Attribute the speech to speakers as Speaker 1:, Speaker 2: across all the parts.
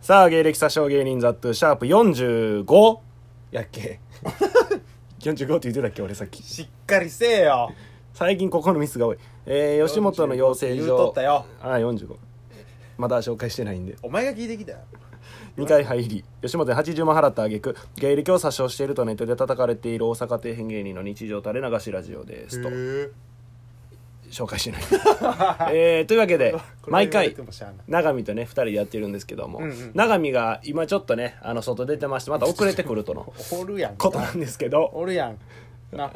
Speaker 1: さあ、芸歴詐称芸人ザットゥシャープ 45? やっけ ?45 って言ってたっけ俺さっき。
Speaker 2: しっかりせえよ
Speaker 1: 最近ここのミスが多い。えー、吉本の養成所。
Speaker 2: 言うとったよ
Speaker 1: ああ、45。まだ紹介してないんで。
Speaker 2: お前が聞いてきたよ
Speaker 1: 2回入り吉本に80万払った挙句芸歴を詐称しているとネットで叩かれている大阪底辺芸人の日常垂れ流しラジオですと
Speaker 2: え
Speaker 1: 紹介してない、えーというわけ で毎回
Speaker 2: う
Speaker 1: 永見とね2人でやってるんですけども、
Speaker 2: んうん
Speaker 1: 永見が今ちょっとねあの外出てましてまた遅れてくるとの
Speaker 2: おるやん
Speaker 1: ことなんですけど
Speaker 2: お るやんな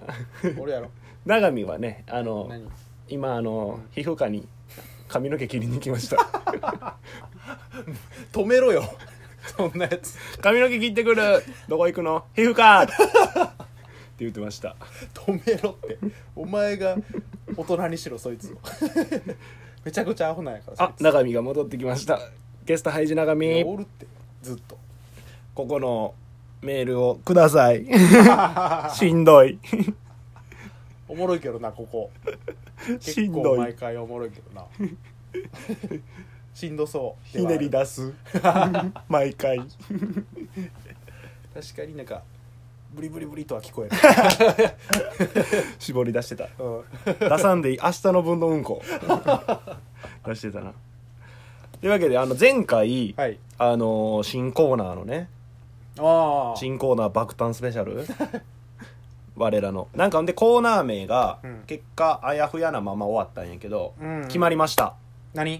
Speaker 2: おるやろ
Speaker 1: 永見はねあの
Speaker 2: 何
Speaker 1: 今あの皮膚科に髪の毛切りに行きました
Speaker 2: 止めろよそんなやつ
Speaker 1: 髪の毛切ってくるどこ行くの皮膚 科って言ってました
Speaker 2: 止めろってお前が大人にしろ そいつをめちゃくちゃアホなんやから
Speaker 1: あ
Speaker 2: そい
Speaker 1: 長見が戻ってきましたゲストハイジ長
Speaker 2: つい
Speaker 1: 見
Speaker 2: やおるってずっと
Speaker 1: ここのメールをくだ さいしんどい
Speaker 2: おもろいけどなここ
Speaker 1: し
Speaker 2: 結
Speaker 1: んど
Speaker 2: 構
Speaker 1: い
Speaker 2: 毎回おもろいけ どなしんどそう
Speaker 1: ひねり出 す毎回
Speaker 2: 確かになんかブリブリブリとは聞こえる、
Speaker 1: 絞り出してた
Speaker 2: うん
Speaker 1: 出さんでいい明日の分のうん こ出してたなというわけであの前回、
Speaker 2: はい
Speaker 1: あのー新コーナーのね
Speaker 2: ああ
Speaker 1: 新コーナー爆誕スペシャ ル我らのなんかほんでコーナー名が
Speaker 2: うん
Speaker 1: 結果あやふやなまま終わったんやけど、
Speaker 2: うん
Speaker 1: 決まりました
Speaker 2: 何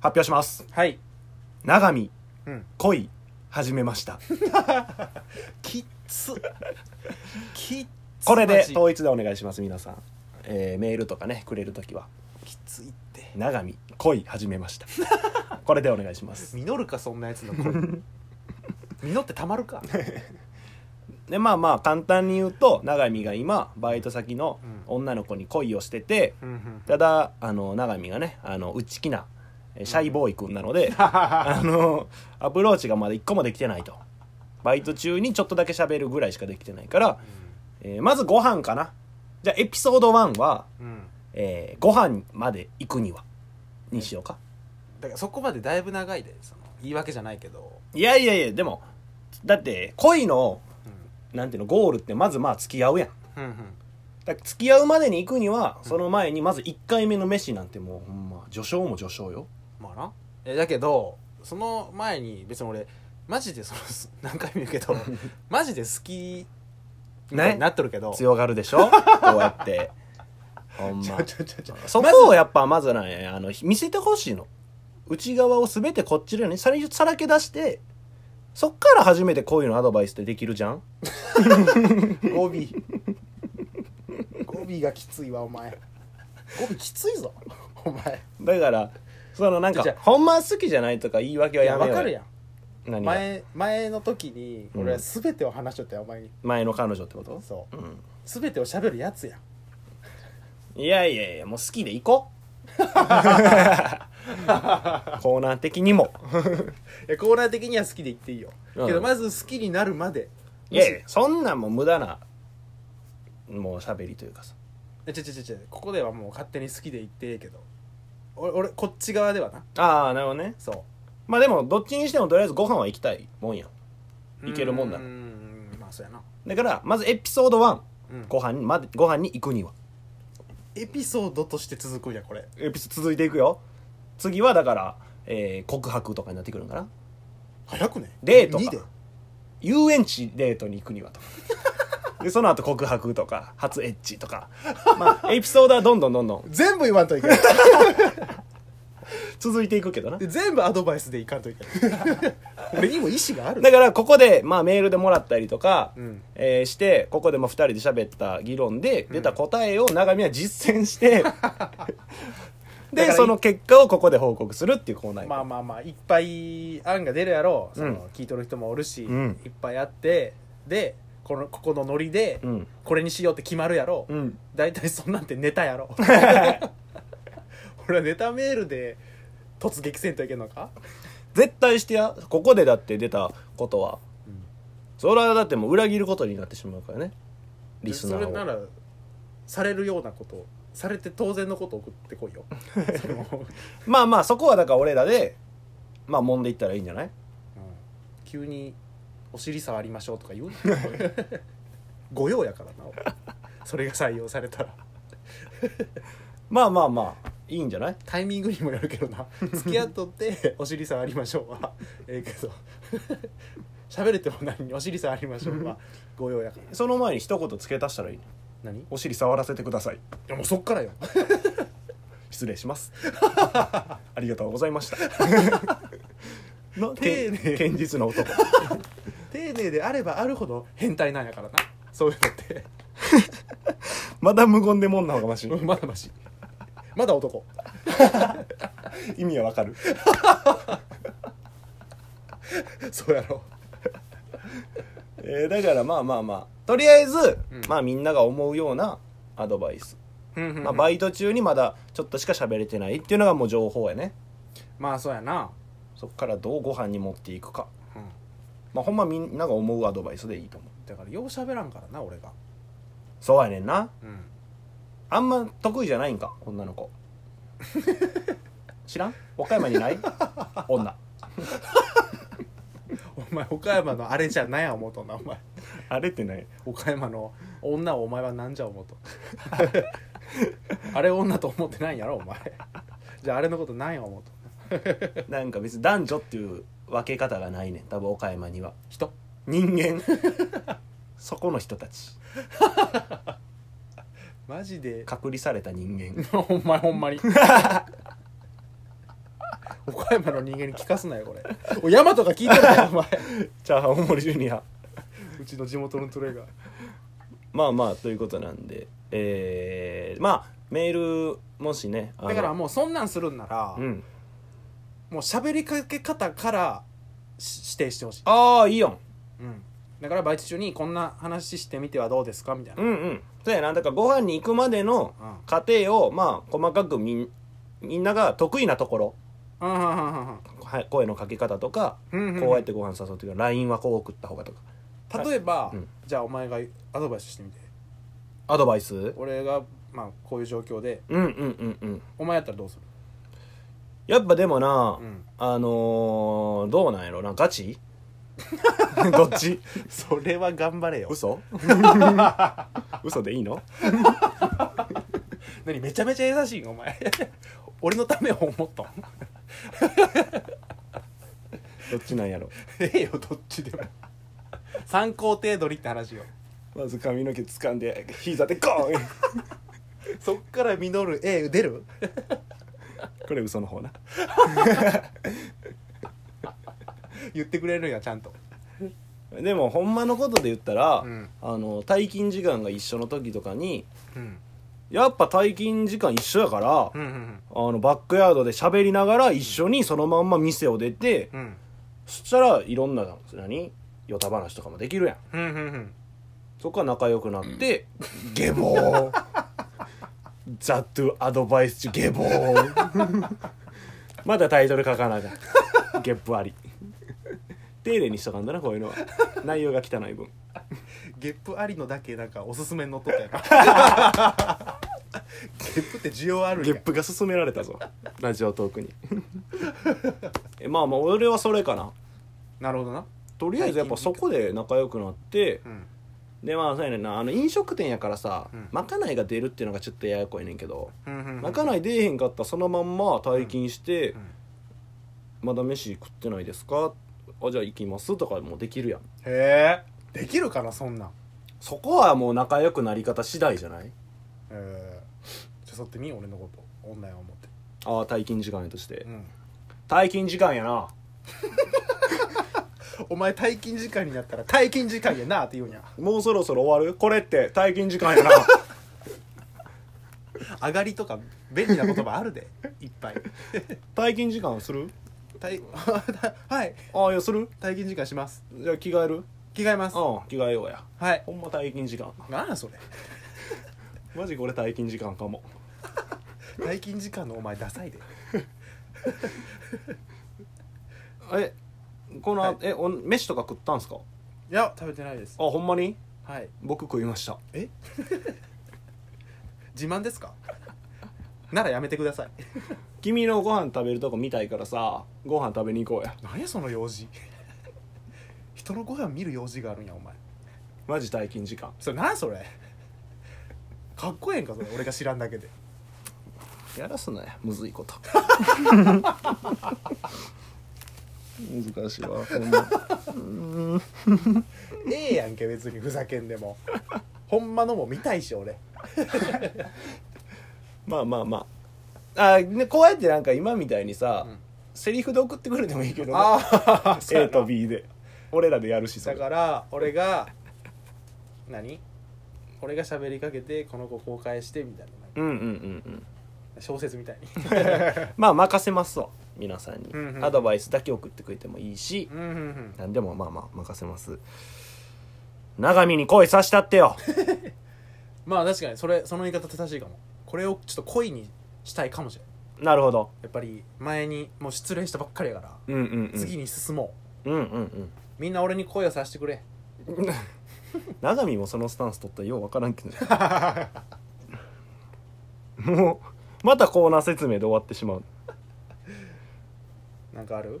Speaker 1: 発表します
Speaker 2: はい、
Speaker 1: 長見
Speaker 2: うん、
Speaker 1: 恋始めました
Speaker 2: きっつきっつ
Speaker 1: これ
Speaker 2: マ
Speaker 1: で
Speaker 2: ジ
Speaker 1: 統一でお願いします皆さん、えーメールとかねくれる時は
Speaker 2: きついって
Speaker 1: 「長見恋始めま した」これでお願いします
Speaker 2: 実るかそんなやつの声 実ってたまるか
Speaker 1: でまあまあ簡単に言うと長見が今バイト先の女の子に恋をしてて、
Speaker 2: うんうん
Speaker 1: ただあの永見がねあの内気なえーシャイボーイ君なので、 あのアプローチがまだ1個もできてないとバイト中にちょっとだけ喋るぐらいしかできてないから、えーまずご飯かなじゃあエピソード1は、
Speaker 2: うん
Speaker 1: えーご飯まで行くにはにしようか
Speaker 2: だからそこまでだいぶ長いでその言い訳じゃないけど、
Speaker 1: いやいやいやでもだって恋の
Speaker 2: う
Speaker 1: なんていうのゴールってまずまあ付き合うやん
Speaker 2: ん、うん
Speaker 1: だから付き合うまでに行くにはその前にまず1回目の飯なんてもうほんま序章も序章よ
Speaker 2: まあなえだけどその前に別に俺マジでその す何回も言う けどマジで好きみたいになっとるけど、
Speaker 1: 強がるでし ょこうやってほん
Speaker 2: ち
Speaker 1: ま
Speaker 2: ょちょちょちょ
Speaker 1: そこをやっぱまずねあの見せてほしいの内側を全てこっちらにさらさらけ出してそっから初めてこういうのアドバイスってできるじゃん
Speaker 2: 語尾語尾がきついわお前語尾きついぞお前
Speaker 1: だからそのなんか
Speaker 2: じゃあ
Speaker 1: ほんまは好きじゃないとか言い訳はやめよ
Speaker 2: わ
Speaker 1: う
Speaker 2: かるやん
Speaker 1: 何が前
Speaker 2: 前前の時に
Speaker 1: うん
Speaker 2: 俺は全てを話しとったよお前に、
Speaker 1: の彼女ってこと、、
Speaker 2: そううん全てを喋るやつやん
Speaker 1: いやいやいやもう好きで行こ うコーナー的に も
Speaker 2: いやコーナー的には好きで言っていいよ、
Speaker 1: うん
Speaker 2: けどまず好きになるまで
Speaker 1: いやいやそんなんもう無駄なもう喋りというかさ
Speaker 2: えちょちょちょちょここではもう勝手に好きで言ってええけど俺俺こっち側ではな
Speaker 1: ああなるほどね
Speaker 2: そ
Speaker 1: まあでもどっちにしてもとりあえずご飯は行きたいもんやん
Speaker 2: う
Speaker 1: いけるもんな
Speaker 2: うーんまあそうやな、
Speaker 1: だからまずエピソード1
Speaker 2: うん、
Speaker 1: ご飯にまでご飯に行くには
Speaker 2: エピソードとして続くんやこれ
Speaker 1: エピソード続いていくよ次はだから、えー告白とかになってくるんかな
Speaker 2: 早くね
Speaker 1: デートか
Speaker 2: 二で
Speaker 1: 遊園地デートに行く にはとかでその後告白とか初エッチとか、まあ、エピソードはどんどんどんどん
Speaker 2: 全部言わんといけない
Speaker 1: 続いていくけどな
Speaker 2: で全部アドバイスでいかんといけない 俺にも意思がある
Speaker 1: だからここで、まあ、メールでもらったりとか、
Speaker 2: うん
Speaker 1: えーしてここでも2人で喋った議論で出た答えを長見は実践 して、
Speaker 2: だか
Speaker 1: で
Speaker 2: ら
Speaker 1: その結果をここで報告するっていうコーナーや
Speaker 2: まあまあまあいっぱい案が出るやろうその、
Speaker 1: うん
Speaker 2: 聞いとる人もおるし、
Speaker 1: うん
Speaker 2: いっぱいあってでこのここのノリで、
Speaker 1: うん
Speaker 2: これにしようって決まるやろう
Speaker 1: うん
Speaker 2: 大体、そんなんてネタや ろ俺はネタメールで突撃せんといけんのか
Speaker 1: 絶対してやここでだって出たことは、それはだってもう裏切ることになってしまうからねリスナ
Speaker 2: それな
Speaker 1: ーを
Speaker 2: らされるようなことされて当然のこと送ってこいよその
Speaker 1: まあまあそこはだから俺らでまあ揉んでいったらいいんじゃない
Speaker 2: 急にお尻触りましょうとか言うな 御用やからな俺それが採用されたら
Speaker 1: まあまあまあいいんじゃない
Speaker 2: タイミングにもよるけど な付き合っとってお尻触りましょうはええけど 喋れても何にお尻触りましょうは御用やから
Speaker 1: その前に一言付け足したらいいね
Speaker 2: 何い
Speaker 1: お尻触らせてください
Speaker 2: やもうそっからよ
Speaker 1: 失礼します ありがとうございました な
Speaker 2: 丁寧
Speaker 1: けん堅実な男
Speaker 2: 丁寧であればあるほど変態なんやからなそういうのって
Speaker 1: まだ無言でもんな方がマシ
Speaker 2: うんまだましまだ男
Speaker 1: 意味はわか る
Speaker 2: そうやろ
Speaker 1: えーだからまあまあまあとりあえず、
Speaker 2: うん
Speaker 1: まあみんなが思うようなアドバイス、まあ、バイト中にまだちょっとしか喋れてないっていうのがもう情報やね
Speaker 2: まあそうやな、
Speaker 1: そっからどうご飯に持っていくか
Speaker 2: うん、
Speaker 1: まあほんまみんなが思うアドバイスでいいと思う
Speaker 2: だからよう喋らんからな俺が
Speaker 1: そうやねんな
Speaker 2: うん
Speaker 1: あんま得意じゃないんか女の子知らん岡山に ない女
Speaker 2: お前岡山のあれじゃないや思うとんなお前
Speaker 1: あれってない
Speaker 2: 岡山の女をお前は何じゃ思うとあれ女と思ってないんやろお前じゃああれのこと何や思うと
Speaker 1: なんか別に男女っていう分け方がないねん多分岡山には
Speaker 2: 人
Speaker 1: 人 間そこの人たち
Speaker 2: マジで
Speaker 1: 隔離された人間
Speaker 2: お前ほんまに岡山の人間に聞かすなよこれおいヤマトが聞いてるよお前
Speaker 1: チャーハン大森ジュニア
Speaker 2: うちの地元のトレーが
Speaker 1: まあまあということなんでえー、まあメールもしねあの
Speaker 2: だからもうそんなんするんなら、
Speaker 1: うん
Speaker 2: もう喋りかけ方からし指定してほしい、
Speaker 1: ああいいよ
Speaker 2: うん、だからバイト中にこんな話してみてはどうですかみたいな、
Speaker 1: うんうんそうやなだからご飯に行くまでの
Speaker 2: うん
Speaker 1: 過程をまあ細かくみんみんなが得意なところ
Speaker 2: うんうんうん
Speaker 1: はい声のかけ方とか、
Speaker 2: うんうんうん
Speaker 1: こうやってご飯誘う時は LINE はこう送った方がとか
Speaker 2: 例えば、
Speaker 1: うん
Speaker 2: じゃあお前がアドバイスしてみて
Speaker 1: アドバイスうん
Speaker 2: 俺がまあこういう状況で
Speaker 1: うんうんうん
Speaker 2: お前やったらどうする
Speaker 1: やっぱでもな、
Speaker 2: うん
Speaker 1: あのー、どうなんやろなガ チどっち
Speaker 2: それは頑張れよ
Speaker 1: 嘘嘘でいいの
Speaker 2: 何めちゃめちゃ優しいんお前 俺のためを思ったん
Speaker 1: どっちなんやろ
Speaker 2: ええよどっちでも 参考程度にって話よ
Speaker 1: まず髪の毛掴んで膝でゴーン
Speaker 2: そっから実るええ出る
Speaker 1: これ嘘の方な
Speaker 2: 言ってくれるんやちゃんと
Speaker 1: でもほんまのことで言ったら、
Speaker 2: うん
Speaker 1: あの退勤時間が一緒の時とかに
Speaker 2: うん
Speaker 1: やっぱ退勤時間一緒やから、
Speaker 2: うんうん
Speaker 1: あのバックヤードで喋りながら一緒にそのまんま店を出て、
Speaker 2: うん
Speaker 1: そしたらいろんな何ヨタ話とかもできるやん
Speaker 2: うんうんうん
Speaker 1: そこから仲良くなって、ゲボーザ・トゥ・アドバイス・ゲボーまだタイトル書かなあかんゲップあり丁寧にしとかんだなこういうのは内容が汚い分
Speaker 2: ゲップありのだけなんかおすすめに乗っとったやな ゲップって需要あるん
Speaker 1: ゲ
Speaker 2: や
Speaker 1: ップが勧められたぞラジオトークにえまあまあ俺はそれかな
Speaker 2: なるほどな
Speaker 1: とりあえずやっぱそこで仲良くなって
Speaker 2: うん
Speaker 1: でまあそうやねんなあの飲食店やからさ、
Speaker 2: うん
Speaker 1: まかないが出るっていうのがちょっとややこいねんけど、
Speaker 2: うんうんうん
Speaker 1: まかない出えへんかったらそのまんま退勤して、
Speaker 2: うん
Speaker 1: まだ飯食ってないですかあじゃあ行きますとかもできるやん
Speaker 2: へえできるかなそんなん
Speaker 1: そこはもう仲良くなり方次第じゃない
Speaker 2: えー、誘ってみ俺のこと女や思って
Speaker 1: ああ退勤時間やとして
Speaker 2: うん
Speaker 1: 退勤時間やな
Speaker 2: お前退勤時間になったら退勤時間やなって言うんや
Speaker 1: もうそろそろ終わるこれって退勤時間 やな
Speaker 2: 上がりとか便利な言葉あ るでいっぱい
Speaker 1: 退勤時間する
Speaker 2: 退 はい
Speaker 1: ああいやする
Speaker 2: 退勤時間します
Speaker 1: じゃあ着替えるうん
Speaker 2: 着替えます
Speaker 1: 着替えようや
Speaker 2: はい
Speaker 1: ほんま退勤時間
Speaker 2: なんやそれ
Speaker 1: マジこれ退勤時間かも
Speaker 2: 退勤時間のお前ダサいで
Speaker 1: えこの、
Speaker 2: はい
Speaker 1: えお飯とか食ったんすか
Speaker 2: いや食べてないです
Speaker 1: あほんまに
Speaker 2: はい
Speaker 1: 僕食いました
Speaker 2: え 自慢ですかならやめてください
Speaker 1: 君のご飯食べるとこ見たいからさご飯食べに行こうや
Speaker 2: 何やその用事 人のご飯見る用事があるんやお前
Speaker 1: マジ退勤時間
Speaker 2: それなんそれ かっこええんかそれ俺が知らんだけで
Speaker 1: やらすなよむずいこと難しいわほんま
Speaker 2: ええやんけ別にふざけんでもほんまのも見たいし俺
Speaker 1: まあまあまああー、ね、こうやってなんか今みたいにさ、
Speaker 2: うん
Speaker 1: セリフで送ってくるでもいいけどね
Speaker 2: あ
Speaker 1: A と B で俺らでやるしそ
Speaker 2: だ
Speaker 1: れ
Speaker 2: から俺が何俺が喋りかけてこの子公開してみたいな
Speaker 1: うんうんうんうん
Speaker 2: 小説みたいに
Speaker 1: まあ任せますわ皆さんに、
Speaker 2: うんうん
Speaker 1: アドバイスだけ送ってくれてもいいし、
Speaker 2: うんうんうん
Speaker 1: なん、何でもまあまあ任せます長見に恋さしたって よ
Speaker 2: まあ確かにそれその言い方正しいかもこれをちょっと恋にしたいかもしれない
Speaker 1: なるほど
Speaker 2: やっぱり前にもう失恋したばっかりやから、
Speaker 1: うんうんうん
Speaker 2: 次に進もう
Speaker 1: うんうん
Speaker 2: みんな俺に恋をさせてくれ
Speaker 1: うん長見もそのスタンス取ったらようわからんけど もうまたコーナー説明で終わってしまう
Speaker 2: なんかある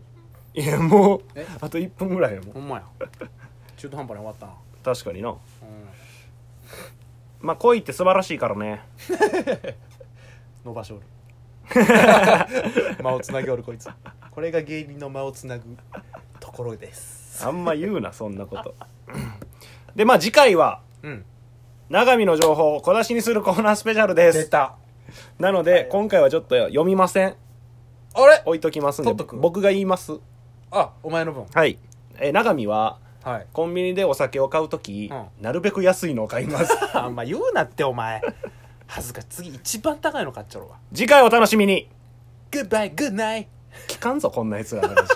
Speaker 1: いやもう
Speaker 2: え
Speaker 1: あと1分ぐらいやもん
Speaker 2: ほんまや 中途半端に終わったな
Speaker 1: 確かにな
Speaker 2: うん
Speaker 1: まあ恋って素晴らしいからね
Speaker 2: 伸ばしお る間をつなぎおるこいつこれが芸人の間をつなぐところです
Speaker 1: あんま言うなそんなこと でまあ次回は
Speaker 2: うん
Speaker 1: 長見の情報を小出しにするコーナースペシャルで
Speaker 2: 出
Speaker 1: す
Speaker 2: た
Speaker 1: なので、
Speaker 2: はい
Speaker 1: 今回はちょっと読みません
Speaker 2: あれ
Speaker 1: 置いときますんで
Speaker 2: 取っとく
Speaker 1: 僕が言います
Speaker 2: あお前の分
Speaker 1: はいえ長見は
Speaker 2: はい
Speaker 1: コンビニでお酒を買うとき、
Speaker 2: う
Speaker 1: なるべく安いのを買います
Speaker 2: あんま言うなってお前恥ずかしい次一番高いの買っちゃろうわ
Speaker 1: 次回お楽しみに
Speaker 2: グッバイグッナイ
Speaker 1: 聞かんぞこんなやつらの話